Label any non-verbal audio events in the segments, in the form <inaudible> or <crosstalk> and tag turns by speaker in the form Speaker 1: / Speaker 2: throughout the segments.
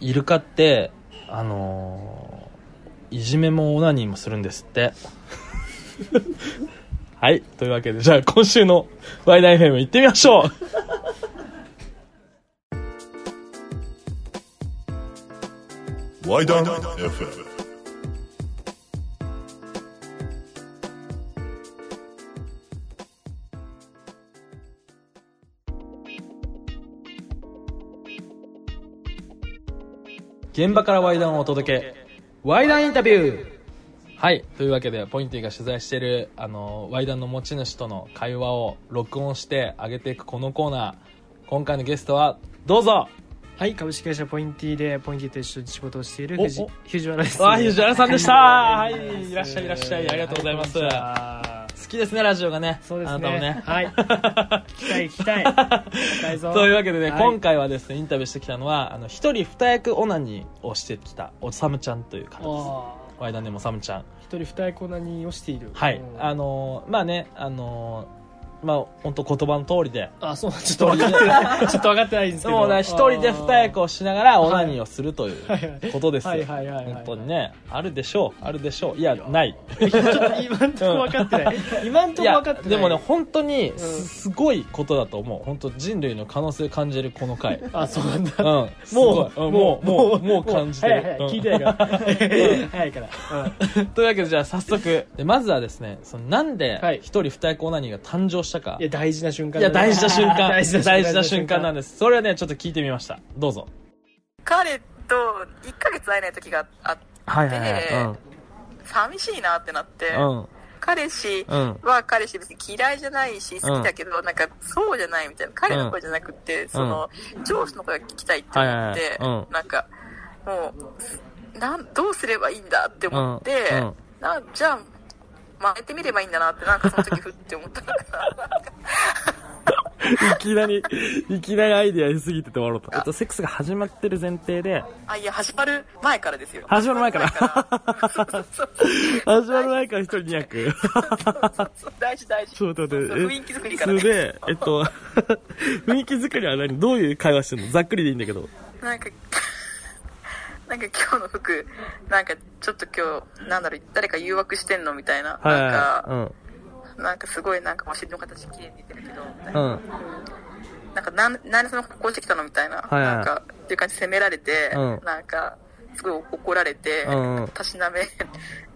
Speaker 1: イルカってあのーいじめもオナニーもするんですって <laughs> はいというわけでじゃあ今週のワイナイフェム行ってみましょう
Speaker 2: ワイダン FM
Speaker 1: 現場からワイダンをお届けワイダンインタビューはいというわけでポインティが取材しているあのワイダンの持ち主との会話を録音して上げていくこのコーナー今回のゲストはどうぞ
Speaker 3: はい、株式会社ポインティで、ポインティと一緒に仕事をしている
Speaker 1: お
Speaker 3: 藤
Speaker 1: お
Speaker 3: 藤原です。
Speaker 1: わあ藤原さんでした
Speaker 3: はい
Speaker 1: はいいらっしゃいいらっしゃいありがとうございます
Speaker 3: はこんにちは
Speaker 1: 好きですねラジオがね
Speaker 3: そうです
Speaker 1: あ
Speaker 3: ね。
Speaker 1: なたもね
Speaker 3: はい。 <laughs> 聞きたい、聞きたい。聞きたい
Speaker 1: <laughs>
Speaker 3: ぞ。
Speaker 1: というわけでね、
Speaker 3: はい
Speaker 1: 今回はですねインタビューしてきたのはあの一人二役オナニーをしてきたおさむちゃんという方です
Speaker 3: あ
Speaker 1: ワイダンでもおさむちゃん
Speaker 3: ー一人二重コーナーにをしている。
Speaker 1: はい
Speaker 3: うん
Speaker 1: あのーまあねあのーまあ本当言葉の通りで
Speaker 3: あ、そう、ちょっと分かっ
Speaker 1: <laughs>
Speaker 3: てない。ちょっと分かってないんですけど。
Speaker 1: もうね一人で二役
Speaker 3: を。
Speaker 1: をしながらオナニーをするという
Speaker 3: はいはい
Speaker 1: ことですよ
Speaker 3: はいはいはいはい
Speaker 1: 本当にねあるでしょうあるでしょういやない
Speaker 3: ちょっと今んとこ分かってない。今んと
Speaker 1: い
Speaker 3: こ
Speaker 1: や
Speaker 3: 分かってない。
Speaker 1: でもね、本当にす
Speaker 3: うん
Speaker 1: すごいことだと思う本当人類の可能性感じるこの
Speaker 3: <laughs>
Speaker 1: 回
Speaker 3: あ、そうなんだ。
Speaker 1: うん、もう、もう、もう、もう感じて
Speaker 3: はい
Speaker 1: る
Speaker 3: は。いはい、
Speaker 1: うん
Speaker 3: 聞いてないから。早いから。うん
Speaker 1: というわけで、じゃあ早速。で、まずはですね、そのなんで
Speaker 3: はい
Speaker 1: 一人二役オナニーが誕生したか。
Speaker 3: いや、大事な瞬間
Speaker 1: いや、大事な瞬間。
Speaker 3: <laughs> 大事な瞬間。
Speaker 1: 大事な瞬間なんです。それはね、ちょっと聞いてみました。どうぞ。
Speaker 4: 彼と1ヶ月会えない時があって、
Speaker 1: はい
Speaker 4: はいはい寂しいなってなって、
Speaker 1: うん。うん。
Speaker 4: 彼氏
Speaker 1: うん。
Speaker 4: は彼氏別に嫌いじゃないし、好きだけど、なんかそうじゃないみたいな。彼の声じゃなくて、その、上司の声が聞きたいって思って、
Speaker 1: はいはいはいうん
Speaker 4: なんか、もう、なん、どうすればいいんだって思って、
Speaker 1: うんうん
Speaker 4: なじゃあ、まあ、やってみればいいんだなって、なんかその時ふって思
Speaker 1: <laughs>
Speaker 4: ったから。
Speaker 1: いきなり、いきなりアイディア言いすぎてて終わろうと。えっと、セックスが始まってる前提で、
Speaker 4: あ、いや、始まる前からですよ。
Speaker 1: 始まる前から
Speaker 4: 始まる前からそうそうそう
Speaker 1: <laughs> 始まる前から一人二
Speaker 4: <laughs>
Speaker 1: 役。
Speaker 4: 大事大事。
Speaker 1: ちょっと待って、
Speaker 4: そうそう雰囲気作りから
Speaker 1: え
Speaker 4: ね。
Speaker 1: それで、えっと、 <laughs> 雰囲気作りは何どういう会話してるのざっくりでいいんだけど。
Speaker 4: なんか、 <laughs> なんか今日の服、なんかちょっと今日、なんだろう、誰か誘惑してんのみたいな。
Speaker 1: はい
Speaker 4: なん
Speaker 1: はい
Speaker 4: か、
Speaker 1: はい。
Speaker 4: なんかすごいなんかお尻の形綺麗に似てるけど、みた
Speaker 1: うん。
Speaker 4: いな。
Speaker 1: うん。
Speaker 4: なんかなん、なんでその格好してきたのみたいな。
Speaker 1: いはい
Speaker 4: なんか、っていう感じで責められて、
Speaker 1: うん
Speaker 4: なんか、すごい怒られて、
Speaker 1: うんうん
Speaker 4: たしなめ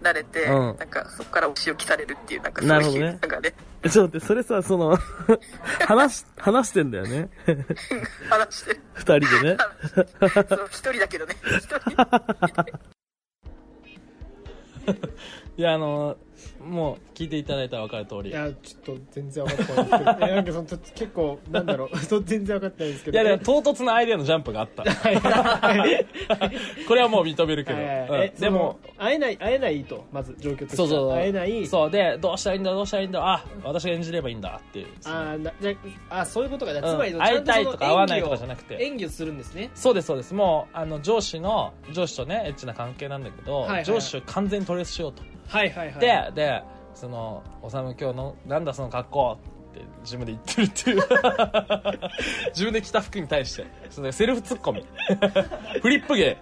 Speaker 4: られて、
Speaker 1: うん
Speaker 4: なんかそこからお仕置きされるっていう、なんか
Speaker 1: なる
Speaker 4: そ
Speaker 1: ほ
Speaker 4: うい
Speaker 1: ど
Speaker 4: う、
Speaker 1: ね
Speaker 4: なんかね、
Speaker 1: ちょっと待って、それさ、その、 <laughs> 話し、話してんだよね。
Speaker 4: 話してる。
Speaker 1: 二人でね。
Speaker 4: そう一人だけどね。一人。
Speaker 1: いや、あの、もう聞いていただいたら分かる通り。
Speaker 3: い
Speaker 1: いや、
Speaker 3: や、ちょっと全然分かってないですけど。いやなんかそのと結構、なんだろう、 <laughs> そう全然分かってないですけど。
Speaker 1: で
Speaker 3: <laughs>
Speaker 1: も唐突なアイデアのジャンプがあった。
Speaker 3: はいはい
Speaker 1: これはもう認めるけど。
Speaker 3: はい
Speaker 1: うん
Speaker 3: で
Speaker 1: でも
Speaker 3: も、、会えない、会えないと、まず状況として
Speaker 1: そう
Speaker 3: は。
Speaker 1: そうそう。
Speaker 3: 会えない。
Speaker 1: そうで、どうしたらいいんだ、どうしたらいいんだ、あ、私が演じればいいんだっていう。
Speaker 3: あーなじゃああそういうことか、じゃあ
Speaker 1: うん
Speaker 3: つまりその
Speaker 1: 会
Speaker 3: ち
Speaker 1: い
Speaker 3: ゃんと
Speaker 1: た
Speaker 3: そ
Speaker 1: い
Speaker 3: の
Speaker 1: とか会わないとかじゃなくて
Speaker 3: 演技を演技をするんですね
Speaker 1: そうです、そうです。もう、あの、上司の、上司とね、エッチな関係なんだけど、
Speaker 3: はいはいはい
Speaker 1: 上司を完全に取りしようと。
Speaker 3: はいはいはい
Speaker 1: で、で、その、おさむ今日の、なんだその格好って自分で言ってる
Speaker 3: <laughs>
Speaker 1: っていう。自分で着た服に対して、そのセルフツッコミ。フリップ芸。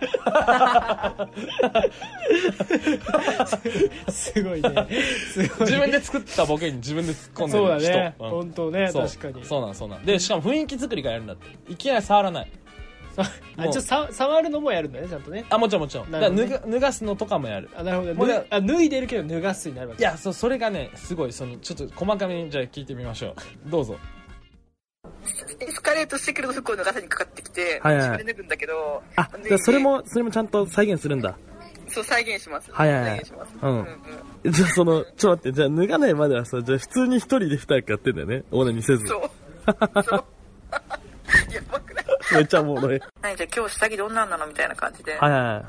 Speaker 3: すごいね
Speaker 1: <laughs>
Speaker 3: すごい
Speaker 1: 自分で作ったボケに自分で突っ込んで
Speaker 3: そうだ
Speaker 1: る人。
Speaker 3: ね、
Speaker 1: うん
Speaker 3: 本当ね
Speaker 1: そう
Speaker 3: 確かに
Speaker 1: そうなんそうなんでしかも雰囲気作りからやるんだっていきなり触らない
Speaker 3: あちょさ触るのもやるんだねちゃんとね
Speaker 1: あもちろんもちろん、
Speaker 3: な
Speaker 1: だ
Speaker 3: る
Speaker 1: か
Speaker 3: ほ
Speaker 1: ら
Speaker 3: ど
Speaker 1: 脱
Speaker 3: ね
Speaker 1: が脱がすのとかもやる
Speaker 3: あなるほど
Speaker 1: もう
Speaker 3: 脱
Speaker 1: だ
Speaker 3: あ脱いでるけど脱がすになるわけ
Speaker 1: いやそうそれがねすごいそのちょっと細かめにじゃあ聞いてみましょうどうぞ
Speaker 4: エスカレートしてくると服を脱がせにかかってきて、
Speaker 1: はいはい
Speaker 4: 自分で脱ぐんだけど、脱いで
Speaker 1: もそれもちゃんと再現するんだ
Speaker 4: そう、再現します。
Speaker 1: はいはいはい
Speaker 4: 再現します。
Speaker 1: うん
Speaker 4: うん
Speaker 1: じゃあそのちょっと待ってじゃあ脱がないまではさじゃあ普通に一人で二役やってんだよねオーナにせず <laughs>
Speaker 4: そう。そう <laughs> やばくない
Speaker 1: めっちゃおもろい。
Speaker 4: 何じゃあ今日下着どんなんなのみたいな感じで、
Speaker 1: はいは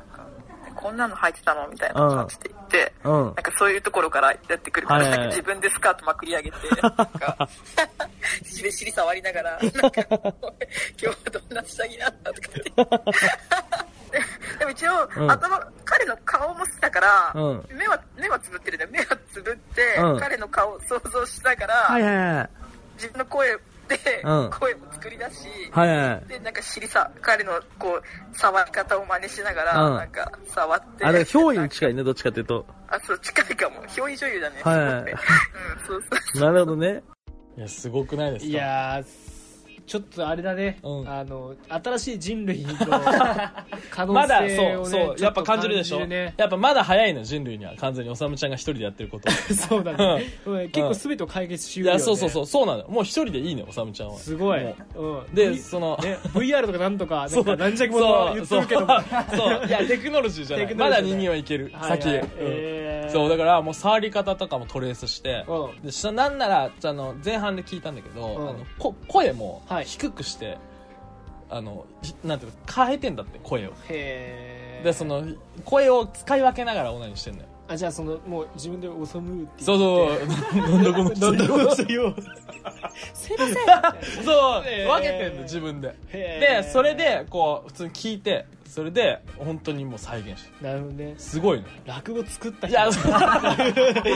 Speaker 4: こんなの履いてたのみたいな感じで言って、
Speaker 1: うん
Speaker 4: なんかそういうところからやってくるから、
Speaker 1: はいはい
Speaker 4: なんか自分でスカートまくり
Speaker 1: <laughs>
Speaker 4: 上げて、なんか、しりしり触りなが
Speaker 1: <laughs>
Speaker 4: ら、なんか、今日はどんな下着なんだとかって。でも一応、
Speaker 1: うん
Speaker 4: 頭、彼の顔も好きだから、
Speaker 1: うん
Speaker 4: 目は、目はつぶってるね。目はつぶって、
Speaker 1: うん
Speaker 4: 彼の顔を想像しながら、
Speaker 1: いはい。はいはい。
Speaker 4: 自分の声でって
Speaker 5: うん、
Speaker 4: 声も作り出し、
Speaker 5: はいはいはい。
Speaker 4: で、なんか尻さ、彼のこう、触り方を真似しながら、
Speaker 5: うん
Speaker 4: なんか触って。
Speaker 5: あれ、憑依に近いね、どっちかっていうと。
Speaker 4: <laughs> あ、そう、近いかも。表意女優だね。
Speaker 5: はい
Speaker 4: すごいねうん、そうそう。
Speaker 5: なるほどね。
Speaker 1: いや、すごくないですか
Speaker 3: いやーちょっとあれだね、
Speaker 1: うん
Speaker 3: あの新しい人類
Speaker 1: <laughs>
Speaker 3: の可能
Speaker 1: まだ、
Speaker 3: 性
Speaker 1: そ
Speaker 3: を、
Speaker 1: う、
Speaker 3: ね、
Speaker 1: そう、やっぱ感じるでしょ
Speaker 3: ちっと感じるね
Speaker 1: やっぱまだ早いの、人類には。完全に、おさむちゃんが一人でやってること。 <laughs> い
Speaker 3: そうだね、うん、結構全てを解決しようよ、
Speaker 1: や、
Speaker 3: ね、
Speaker 1: そうそうそう、そうなの。もう一人でいいね、おさむちゃんは。
Speaker 3: すごい
Speaker 1: も、
Speaker 3: うん、
Speaker 1: うで、
Speaker 3: V-
Speaker 1: その、
Speaker 3: ね、VR とかなんとか
Speaker 1: <laughs>
Speaker 3: な
Speaker 1: そ
Speaker 3: んか
Speaker 1: う、
Speaker 3: 軟弱者言ってるけども
Speaker 1: <laughs> そう、そうそういや、テクノロジーじゃな
Speaker 3: テ
Speaker 1: い。
Speaker 3: クノロ
Speaker 1: まだ
Speaker 3: ジーじゃない
Speaker 1: 人間はいける。
Speaker 3: はいはい
Speaker 1: 先へ。うん
Speaker 3: えー
Speaker 1: そう、だから、もう触り方とかもトレースして、
Speaker 3: う
Speaker 1: でしなんならあの前半で聞いたんだけど、
Speaker 3: うん
Speaker 1: あのこ声も
Speaker 3: はい
Speaker 1: 低くして、あのひなんていうの変えてんだって声を
Speaker 3: へー
Speaker 1: でその声を使い分けながらオナニーしてんのよ
Speaker 3: あじゃあそのもう自分で「収む」って
Speaker 1: そうそうなんだこの
Speaker 3: うなんだこの
Speaker 1: そう
Speaker 3: 薬をえー
Speaker 1: 分けてんの自分で
Speaker 3: へ
Speaker 1: で
Speaker 3: ー
Speaker 1: それでこう普通に聞いてそれで本当にもう再現して
Speaker 3: なるほどね
Speaker 1: すごいね
Speaker 3: 落語作った
Speaker 1: い
Speaker 3: 人
Speaker 1: やそう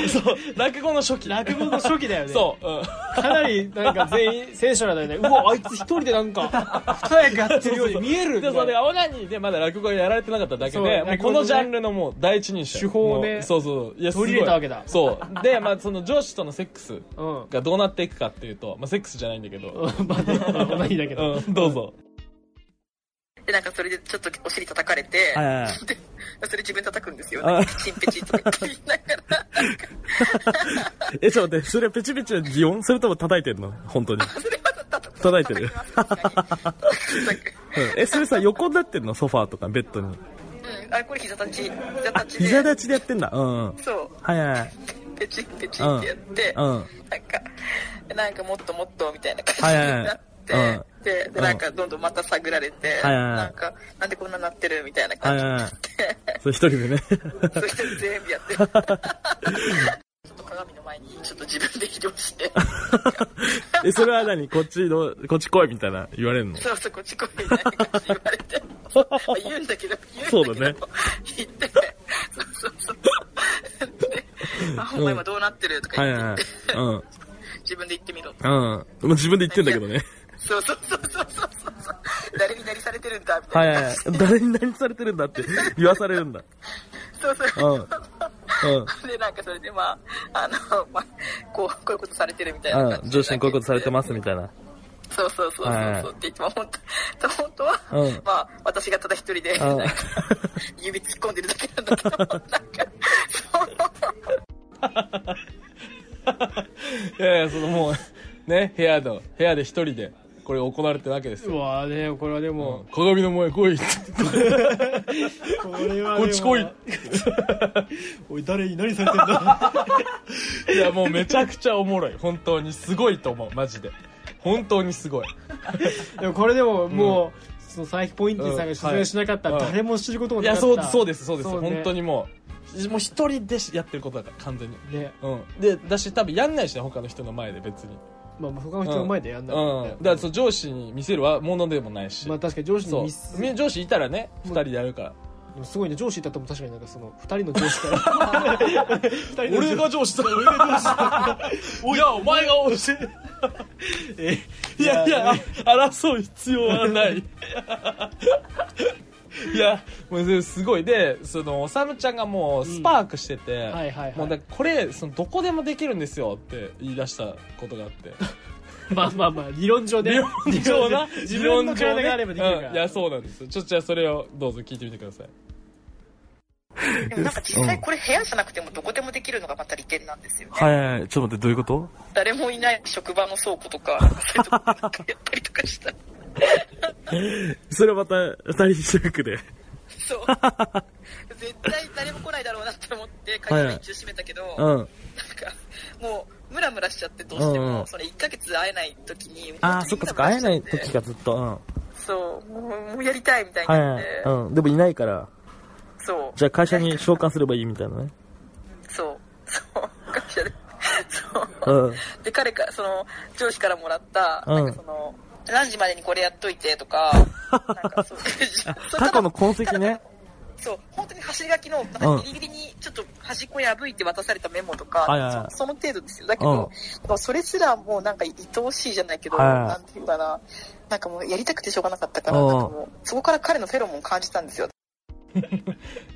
Speaker 1: そう落語の初期
Speaker 3: 落語の初期だよね
Speaker 1: そう、うん、
Speaker 3: かなりなんか全員選手なんだよねうわあいつ一人でなんか二役やってるように見える
Speaker 1: でそうでオナニーでまだ落語がやられてなかっただけ
Speaker 3: そ
Speaker 1: でもう
Speaker 3: う
Speaker 1: こ
Speaker 3: 落語の
Speaker 1: の
Speaker 3: ね
Speaker 1: ジャンルのもう第一人者
Speaker 3: 手法をね
Speaker 1: もうそうそういやすごい
Speaker 3: 取り入れたわけだ
Speaker 1: そうで、まあ、その上司とのセックス
Speaker 3: うん
Speaker 1: がどうなっていくかっていうと、まあ、セックスじゃないんだけど、
Speaker 3: まあね <laughs> まあ同じだけど、
Speaker 1: うん、どうぞ
Speaker 4: で、なんかそれでちょっとお尻叩かれて、
Speaker 5: はいはいはい。
Speaker 4: でそれ自分叩くんですよ。
Speaker 5: あ
Speaker 4: なんかチンペチンとか言いながら。
Speaker 5: え、ちょっと待って、それはペチペチの擬音それとも叩いてんの本当に。
Speaker 4: それは叩く
Speaker 5: 叩いてる
Speaker 4: 叩きます確かに叩く
Speaker 5: <laughs> うんえ、それさ、横になってんのソファーとかベッドに。
Speaker 4: うん、あれこれ膝立ち。膝立ちで。
Speaker 5: 膝立ちでやってんだ。うん。
Speaker 4: そう。
Speaker 5: はいはい。
Speaker 4: ペチンペチンってやって、
Speaker 5: うんうん
Speaker 4: なんか、なんかもっともっとみたいな
Speaker 5: は
Speaker 4: 感
Speaker 5: い
Speaker 4: じ
Speaker 5: はいはい
Speaker 4: になって、
Speaker 5: うん
Speaker 4: でで、
Speaker 5: うん
Speaker 4: なんかどんどんまた探られて、
Speaker 5: はいはいはい
Speaker 4: なんか、なんでこんななってるみたいな
Speaker 5: は
Speaker 4: 感
Speaker 5: い
Speaker 4: じに <laughs>
Speaker 5: はい
Speaker 4: な
Speaker 5: はい
Speaker 4: って、
Speaker 5: それ一人でね。 <laughs>
Speaker 4: そして全部やってる。ちょっと鏡の前にちょっと自分で移動して、
Speaker 5: え、それは何こっちの、こっち来いみたいな言われるの
Speaker 4: そうそうこっち来いみたいな感じに言わ
Speaker 5: <laughs>
Speaker 4: れて、そうまあ言うんだけど、言うんだけど、
Speaker 5: そうだね
Speaker 4: 言って、そうそうそう。であ、お前今どうなってるとか
Speaker 5: はい
Speaker 4: 言って、
Speaker 5: はいはい。うん。うん。
Speaker 4: 自分で言ってみろ。
Speaker 5: もう自分で言ってんだけどね。
Speaker 4: そうそうそうそうそうそう。誰になりされてるんだみた
Speaker 5: はいい
Speaker 4: な。
Speaker 5: はいはい。誰に何されてるんだって言わされるんだ。
Speaker 4: そう
Speaker 5: う
Speaker 4: そ
Speaker 5: ん。
Speaker 4: う。
Speaker 5: うん。
Speaker 4: で、なんかそれでまあ、あの、まあ、こう、こういうことされてるみたいな感じで。
Speaker 5: うん。上司にこういうことされてますみたい
Speaker 4: <laughs>
Speaker 5: な。
Speaker 4: そうそうそうそう
Speaker 5: はいはい
Speaker 4: そうって言って、まあ本当、本当は、
Speaker 5: うん
Speaker 4: まあ私がただ一人で、
Speaker 5: うん
Speaker 4: なんか指突っ込んでるだけなんだけど、なんか、そう。
Speaker 1: いやいやそのもうね部屋の部屋で一人でこれ行われてるわけですよ
Speaker 3: うわーねこれはでも、
Speaker 1: 鏡の前来いって
Speaker 3: これは
Speaker 1: こっち来い
Speaker 3: おい誰に何されてんだ
Speaker 1: <laughs> いやもうめちゃくちゃおもろい本当にすごいと思うマジで本当にすごい
Speaker 3: でもこれでももう、その佐伯ポインティさんが出演しなかったら
Speaker 1: うんはい
Speaker 3: 誰も知ることも
Speaker 1: い
Speaker 3: なか
Speaker 1: や
Speaker 3: った、
Speaker 1: そうそうですそうです
Speaker 3: ね
Speaker 1: 本当にもうもう一人でやってることだから完全に
Speaker 3: ね、
Speaker 1: うんでだし多分やんないしね他の人の前で別に
Speaker 3: まあ、まあ他の人の前でやんな
Speaker 1: う
Speaker 3: い
Speaker 1: ん、だからそう上司に見せるはものでもないし、
Speaker 3: まあ確かに上司
Speaker 1: そ
Speaker 3: に
Speaker 1: う
Speaker 3: ミス
Speaker 1: み上司いたらね二人でやるから
Speaker 3: でもすごいね上司いたとも確かになんかその二人の上司から二人
Speaker 1: <laughs> 俺
Speaker 3: の上司
Speaker 1: が上
Speaker 3: <laughs>
Speaker 1: 司だ俺が上司だいやお前が教
Speaker 3: え
Speaker 1: <laughs> えいやいやあ争う必要はない <laughs> いやもうすごいでそのおさむちゃんがもうスパークしてて、
Speaker 3: はいはい
Speaker 1: もう
Speaker 3: は
Speaker 1: だ
Speaker 3: い
Speaker 1: からこれそのどこでもできるんですよって言い出したことがあ
Speaker 3: <laughs>
Speaker 1: って
Speaker 3: まあまあまあ理論上で
Speaker 1: 理論上な
Speaker 3: 自分の体があればできるから、
Speaker 1: うんいやそうなんですよちょっとじゃあそれをどうぞ聞いてみてください
Speaker 4: で
Speaker 5: <laughs>
Speaker 4: もなんか実際これ部屋じゃなくてもどこでもできるのがまた利点なんですよ。
Speaker 5: はいはいはい。ちょっと待って、どういうこと
Speaker 4: 誰もいない職場の倉庫とか、そういうとこなんかやったりとか
Speaker 5: <laughs>
Speaker 4: したら。
Speaker 5: それはまた二人主役で。
Speaker 4: そう。絶対誰も来ないだろうなって思って、
Speaker 5: はい
Speaker 4: 会社一応閉めたけど、なんか、
Speaker 5: うん。
Speaker 4: もう、ムラムラしちゃって、どうして
Speaker 5: うんう
Speaker 4: も、
Speaker 5: ん
Speaker 4: それ1ヶ月会えない時に、
Speaker 5: ああ、そっかそっか。会えない時が
Speaker 4: が。
Speaker 5: ずっと。うん。
Speaker 4: そう、もうもうやりたいみたいに
Speaker 5: はい
Speaker 4: なっ
Speaker 5: はい
Speaker 4: て、。
Speaker 5: うん。でもいないから。
Speaker 4: <laughs> そう。
Speaker 5: じゃあ会社に召喚すればいいみたいなね。
Speaker 4: そう。そう。会社で。そう。
Speaker 5: うん。
Speaker 4: で、彼から、その、上司からもらった、
Speaker 5: うん
Speaker 4: なんかその、
Speaker 5: <laughs>
Speaker 4: 何時までにこれやっといてとか、なんかそう
Speaker 5: 過去の痕跡ね。
Speaker 4: そう、本当に走り書きの、なんかギリギリにちょっと端っこ破いて渡されたメモとか、
Speaker 5: はいはいはい
Speaker 4: そその程度ですよ。だけど、まあそれすらもうなんか愛おしいじゃないけど、
Speaker 5: はいはい
Speaker 4: なんていうかな、なんかもうやりたくてしょうがなかったから、
Speaker 5: うん
Speaker 4: なんかもう、そこから彼のフェロモンを感じたんですよ。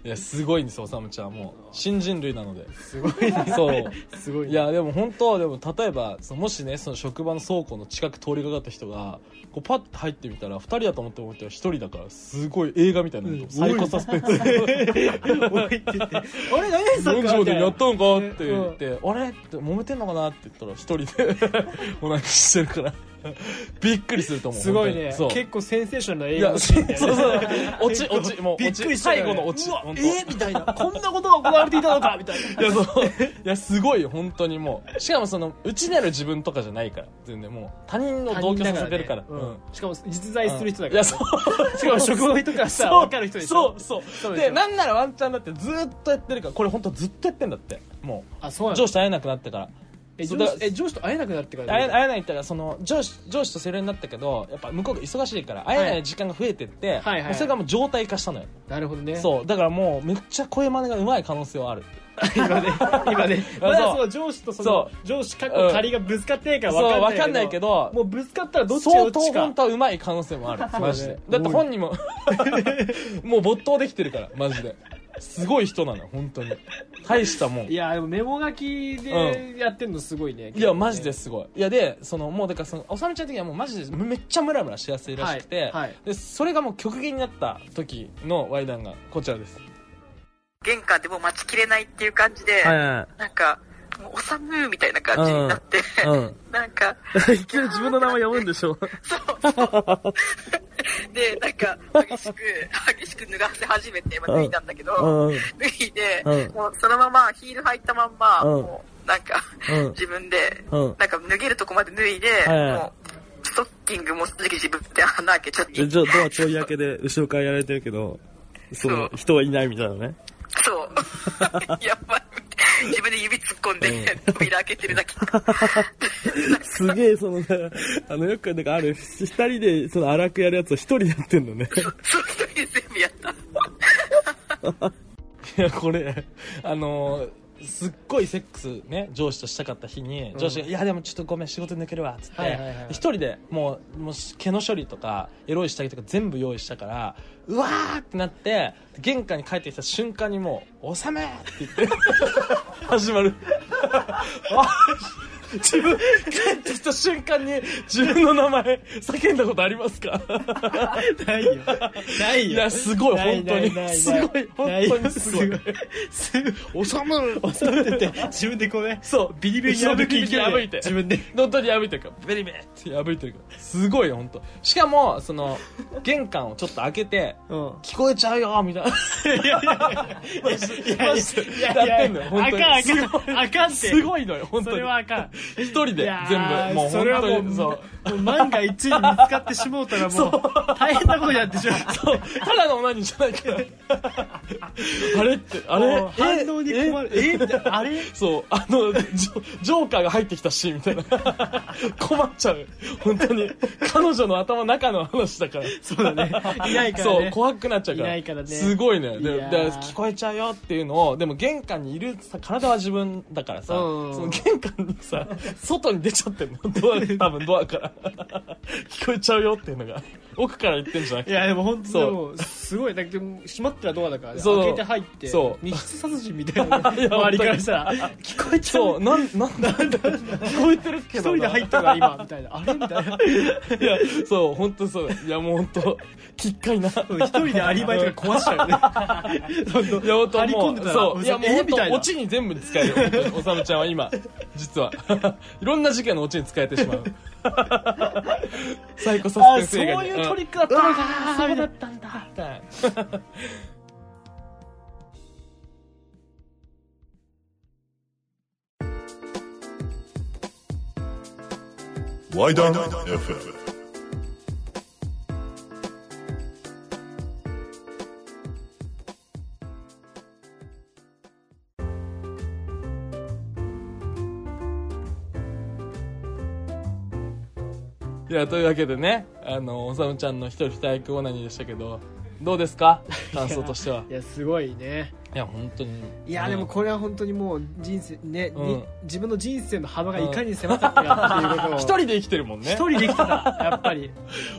Speaker 1: いやすごいんですよおさむちゃんはもう新人類な
Speaker 5: <laughs>
Speaker 1: のです
Speaker 3: ごいな。
Speaker 1: そう
Speaker 3: すごい
Speaker 1: いやでも本当はでも例えばそのもしねその職場の倉庫の近く通りかかった人がこうパッて入ってみたら2人だと思って思ったら1人だからすごい映画みたいなの、
Speaker 3: うん
Speaker 1: サイコサスペンス
Speaker 3: おいって言って。あれ、何さっき
Speaker 1: 45でやったのかって言って、あれって揉めてんのかなって言ったら1人で <laughs> おなかしてるから <laughs> びっくりすると思う
Speaker 3: すごいね
Speaker 1: 本当。にそう
Speaker 3: 結構センセーショナルない映画
Speaker 1: や
Speaker 3: のシ
Speaker 1: そう
Speaker 3: ーンだよ
Speaker 1: そうそう
Speaker 3: ね。
Speaker 1: 落ち落ちもう
Speaker 3: びっくりした
Speaker 1: 落ち
Speaker 3: よ
Speaker 1: 最
Speaker 3: ね
Speaker 1: 後の落ち
Speaker 3: うわ
Speaker 1: 本当
Speaker 3: えーみたいな。こんなことが行われていたのかみたいな。
Speaker 1: いやそういやすごいよ本当にもうしかもそのうちにある自分とかじゃないから全然もう他人の同居させてるから
Speaker 3: 他人
Speaker 1: う
Speaker 3: だ
Speaker 1: ん
Speaker 3: ねうんしかも実在する人だ
Speaker 1: い
Speaker 3: か
Speaker 1: や
Speaker 3: ら。
Speaker 1: そう
Speaker 3: しかも職場とかさ、
Speaker 1: そう
Speaker 3: 分かる人でしょ。
Speaker 1: そうそう
Speaker 3: うでし
Speaker 1: で
Speaker 3: ょ
Speaker 1: なんならワンチャンだってずーっとやってるからこれ本当ずっとやってんだっても
Speaker 3: あ、そ
Speaker 1: う
Speaker 3: うな
Speaker 1: 上
Speaker 3: の
Speaker 1: 司と会えなくなってから
Speaker 3: え
Speaker 1: そう
Speaker 3: 上
Speaker 1: だ
Speaker 3: 司え上司と会えなくなってから
Speaker 1: 会え
Speaker 3: ね。
Speaker 1: 会えないったらその上司上司とセルになったけどやっぱ向こうが忙しいから会えない時間が増えてって、
Speaker 3: はいはい
Speaker 1: もうそれがもう状態化したのよ、
Speaker 3: なるほどね。
Speaker 1: そうだからもうめっちゃ声真似がうまい可能性はある
Speaker 3: 今ね、今ね、まだ
Speaker 1: <laughs> そう
Speaker 3: その上司とそ
Speaker 1: そ
Speaker 3: の上司かっこ仮がぶつかってないから
Speaker 1: そう
Speaker 3: 分
Speaker 1: 分
Speaker 3: か
Speaker 1: か
Speaker 3: ん
Speaker 1: ん
Speaker 3: な
Speaker 1: ないい
Speaker 3: け
Speaker 1: け
Speaker 3: ど、
Speaker 1: ど
Speaker 3: もうぶつかったらどっちが
Speaker 1: 相
Speaker 3: ど
Speaker 1: 当
Speaker 3: っちか
Speaker 1: 本。当はうまい可能性もあるマジでだって本人ももう没頭できてるからマジですごい人なの本当に大したもん
Speaker 3: いや、でもメモ書きでやってんのすごいね。
Speaker 1: いやマジですごいいやでそのもうだからそのおさむちゃん的にはもうマジでめっちゃムラムラしやすいらしくて、
Speaker 3: はいはい
Speaker 1: でそれがもう極限になった時のワイダンがこちらです
Speaker 4: 玄関でもう待ちきれないっていう感じで、
Speaker 5: はいは
Speaker 4: なんか、もう、おさむみたいな感じになって、
Speaker 5: いはい。うん。
Speaker 4: なんか、
Speaker 5: いきなり自分の名前読むんでしょ
Speaker 4: そうそう。 <laughs> で、なんか、激しく、激しく脱がせ始めて、まあ、脱いだんだけど、
Speaker 5: うん。
Speaker 4: 脱いで、
Speaker 5: うん
Speaker 4: もうそのままヒール履いたまんま、
Speaker 5: うん
Speaker 4: もうなんか、
Speaker 5: うん
Speaker 4: 自分で、
Speaker 5: うん
Speaker 4: なんか脱げるとこまで脱いで、
Speaker 5: はい
Speaker 4: もうストッキングも正直自分で穴開けちゃって
Speaker 5: え、じゃあドアちょい開けで後ろからやられてるけど、その、人はいないみたいなね。 <laughs>
Speaker 4: そうやばい自分で指突っ込んで、扉開けて
Speaker 5: <laughs>
Speaker 4: るだけ
Speaker 5: すげえ、そのね、あの、よくなんかある、二人でその荒くやるやつを一人でやってんのね。
Speaker 4: そう一人で全部やった
Speaker 1: いやこれあのーすっごいセックスね上司としたかった日に上司が「いやでもちょっとごめん仕事抜けるわ」っつって
Speaker 3: はいはいはい
Speaker 1: 一人でもうもう毛の処理とかエロい下着とか全部用意したからうわーってなって玄関に帰ってきた瞬間にもう「おさめ!」って言って
Speaker 3: <laughs>
Speaker 1: 始まる <laughs> あ自分帰ってきた瞬間に自分の名前叫んだことありますか
Speaker 3: <laughs> ないよ。ないよ。
Speaker 1: いやすごい
Speaker 3: な
Speaker 1: 本当
Speaker 3: ない
Speaker 1: に
Speaker 3: ないない
Speaker 1: すごい本当にすごい
Speaker 3: なよすごい。
Speaker 1: おさむ
Speaker 3: すごい。ってて、自分でこうね、
Speaker 1: そう
Speaker 3: ビリビリに
Speaker 1: 後ろ
Speaker 3: 破
Speaker 1: でビ
Speaker 3: き
Speaker 1: リビリ
Speaker 3: 勢い
Speaker 1: 破いて
Speaker 3: 自分で。
Speaker 1: 本当に破いてるからベリベリって破いてるからすごいよ本当しかもその玄関をちょっと開けて
Speaker 3: うん。
Speaker 1: 聞こえちゃうよみたいなマジでマジでやってんのよ本当に
Speaker 3: あか
Speaker 1: す
Speaker 3: んあかんあかんって
Speaker 1: すごいのよ本当
Speaker 3: そ
Speaker 1: に
Speaker 3: れはあかん
Speaker 1: 一人で
Speaker 3: いや
Speaker 1: 全部
Speaker 3: ー
Speaker 1: もう
Speaker 3: それはも
Speaker 1: 本当
Speaker 3: う
Speaker 1: にそう
Speaker 3: もう万が一に見つかってしもうたらもう大変なことになってしまう
Speaker 1: そうただのオナニーじゃないからあれって <laughs> あれ
Speaker 3: もう反応に困る
Speaker 1: ええ
Speaker 3: えみたいなあれ
Speaker 1: そうあのジョジョーカーが入ってきたシーンみたいな <laughs> 困っちゃう本当に彼女の頭の中の話だから
Speaker 3: そうだねいないから
Speaker 1: そう
Speaker 3: ね
Speaker 1: 怖くなっちゃうから
Speaker 3: いないからね
Speaker 1: すごいねで
Speaker 3: いやー
Speaker 1: で聞こえちゃうよっていうのをでも玄関にいるさ体は自分だからさ、
Speaker 3: うん
Speaker 1: その玄関にさ外に出ちゃってんのドア多分ドアから <laughs> 聞こえちゃうよっていうのが奥から言ってんじゃなく
Speaker 3: い
Speaker 1: て
Speaker 3: やでも本当
Speaker 1: そう
Speaker 3: でもすごいだけど閉まったらドアだからね
Speaker 1: そう
Speaker 3: 開けて入って
Speaker 1: そう
Speaker 3: 密室殺人みたいな
Speaker 1: <laughs> いや
Speaker 3: 周りからしたら聞こえちゃ
Speaker 1: そう
Speaker 3: う
Speaker 1: なんなん
Speaker 3: <laughs>
Speaker 1: だ聞こえてるけ
Speaker 3: 一
Speaker 1: ど
Speaker 3: 人
Speaker 1: な
Speaker 3: で入ったから今みたいなあれみたいない
Speaker 1: やそう本当そういやもう本当きっかいな
Speaker 3: 一人でアリバイとか壊しちゃうよね
Speaker 1: <laughs>
Speaker 3: 本当
Speaker 1: いや、本当
Speaker 3: 張り
Speaker 1: も
Speaker 3: 込
Speaker 1: う、
Speaker 3: んでたら
Speaker 1: そう。いや、もう
Speaker 3: え
Speaker 1: 本
Speaker 3: みたい
Speaker 1: 当、
Speaker 3: な
Speaker 1: オチに全部使える。本当におさむちゃんは今、実は。 <laughs> いろんな事件のオチに使えてしまう。サイコサスペンス映画に。
Speaker 3: リックだったのかそうだ
Speaker 1: ったんだ。
Speaker 2: Why don't FM?
Speaker 1: いや、というわけでね、あの、おさむちゃんの一人二役オナニーでしたけど、どうですか感想として
Speaker 3: <laughs>
Speaker 1: は
Speaker 3: いやすごいね
Speaker 1: いや本当に
Speaker 3: いや
Speaker 1: うん
Speaker 3: でもこれは本当にもう人生ね、に
Speaker 1: うん
Speaker 3: 自分の人生の幅がいかに狭かったかっていうこと
Speaker 1: <laughs>
Speaker 3: を
Speaker 1: 一人で生きてるもんね
Speaker 3: 一人できてたやっぱり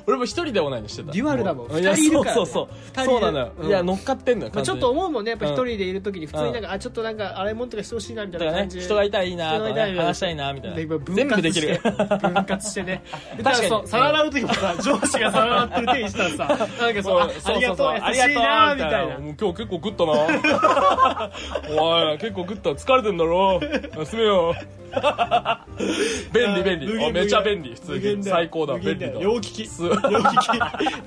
Speaker 1: 俺も一人で同い年してた
Speaker 3: デュアルだもん
Speaker 1: ういや
Speaker 3: 二人いるからね
Speaker 1: そうそうそう
Speaker 3: 二人
Speaker 1: そうなのよ、
Speaker 3: うん
Speaker 1: いや乗っかってんのよ
Speaker 3: ま
Speaker 1: 完
Speaker 3: あ、ち
Speaker 1: 全
Speaker 3: ょっ
Speaker 1: に
Speaker 3: と思うもんねやっぱ一人でいる時に普通になんか、あちょっとなんかあれもんとかしてほしいなみた
Speaker 1: だ
Speaker 3: い
Speaker 1: か
Speaker 3: な
Speaker 1: ら
Speaker 3: 感
Speaker 1: ね
Speaker 3: じ、
Speaker 1: 人がいたらいいなとか、ね、
Speaker 3: 人がいたら
Speaker 1: 話したいなみたい
Speaker 3: で
Speaker 1: な
Speaker 3: 今分
Speaker 1: 全部
Speaker 3: 割
Speaker 1: できる
Speaker 3: して分割して
Speaker 1: <laughs>
Speaker 3: ねだからそう
Speaker 1: うん
Speaker 3: 皿洗う時
Speaker 1: <laughs>
Speaker 3: もさ上司が皿洗ってる手にしたらさなんかそうあありがとう優しいなみたいな
Speaker 1: もう今日結構食ったな
Speaker 3: <laughs>
Speaker 1: お前ら結構食った疲れてんだろ休めよ便利便
Speaker 3: 無
Speaker 1: 利
Speaker 3: 限
Speaker 1: あめちゃ便利普通
Speaker 3: 無限
Speaker 1: に最高だ
Speaker 3: 無
Speaker 1: 便
Speaker 3: 限
Speaker 1: 利だ
Speaker 3: 両利き
Speaker 1: す
Speaker 3: 両利き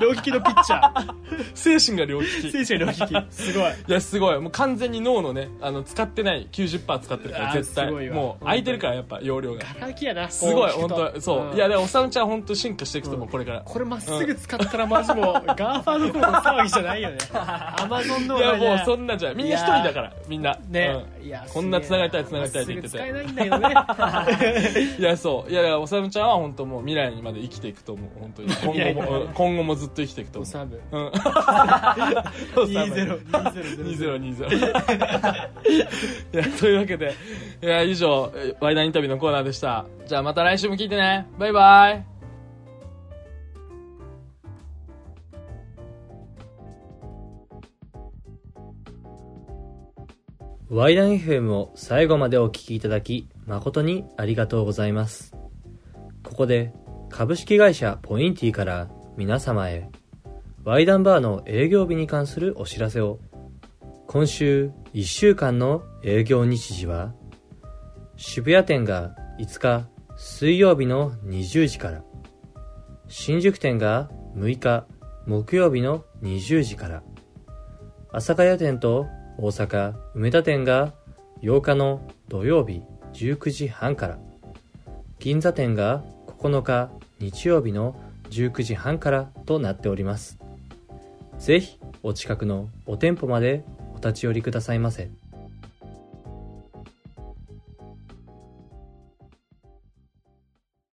Speaker 3: 両利きのピッチャー
Speaker 1: 精神が両利き
Speaker 3: 選手が両利きすごい
Speaker 1: いやすごいもう完全に脳のねあの使ってない90%使ってるから
Speaker 3: あー
Speaker 1: 絶対
Speaker 3: すごいわ
Speaker 1: もう空いてるからやっぱ容量が
Speaker 3: 腹きやなす
Speaker 1: すごい本当そう、いやでもおさむちゃん本当進化していくと思う、
Speaker 3: うん
Speaker 1: これから
Speaker 3: これまっすぐ使ったらマジもうガーファーの頃の騒ぎじゃない
Speaker 1: <laughs>
Speaker 3: よねアマゾンの
Speaker 1: いや
Speaker 3: ね
Speaker 1: もうそんなんじゃないみんな一人だからみんな
Speaker 3: ね、
Speaker 1: うん
Speaker 3: いや
Speaker 1: こんな繋がりたい繋がりたいって言って
Speaker 3: まっす
Speaker 1: て
Speaker 3: ぐ使えないんだ
Speaker 1: <laughs>
Speaker 3: よね
Speaker 1: いやそういやいやおさむちゃんは本当もう未来にまで生きていくと思う本当に
Speaker 3: <laughs> いや
Speaker 1: 今
Speaker 3: い
Speaker 1: 後
Speaker 3: や
Speaker 1: もうん今後もずっと生きていくと
Speaker 3: お
Speaker 1: 思う
Speaker 3: さむ
Speaker 1: うん <laughs>
Speaker 3: 2020
Speaker 1: 2020いやというわけでいや以上えワイダンインタビューのコーナーでしたじゃあまた来週も聞いてねバイバイ
Speaker 6: ワイダン FM を最後までお聞きいただき、誠にありがとうございます。ここで、株式会社ポインティから皆様へ、ワイダンバーの営業日に関するお知らせを。今週1週間の営業日時は、渋谷店が5日水曜日の20時から、新宿店が6日木曜日の20時から、阿佐ヶ谷店と大阪梅田店が8日の土曜日19時半から銀座店が9日日曜日の19時半からとなっておりますぜひお近くのお店舗までお立ち寄りくださいませ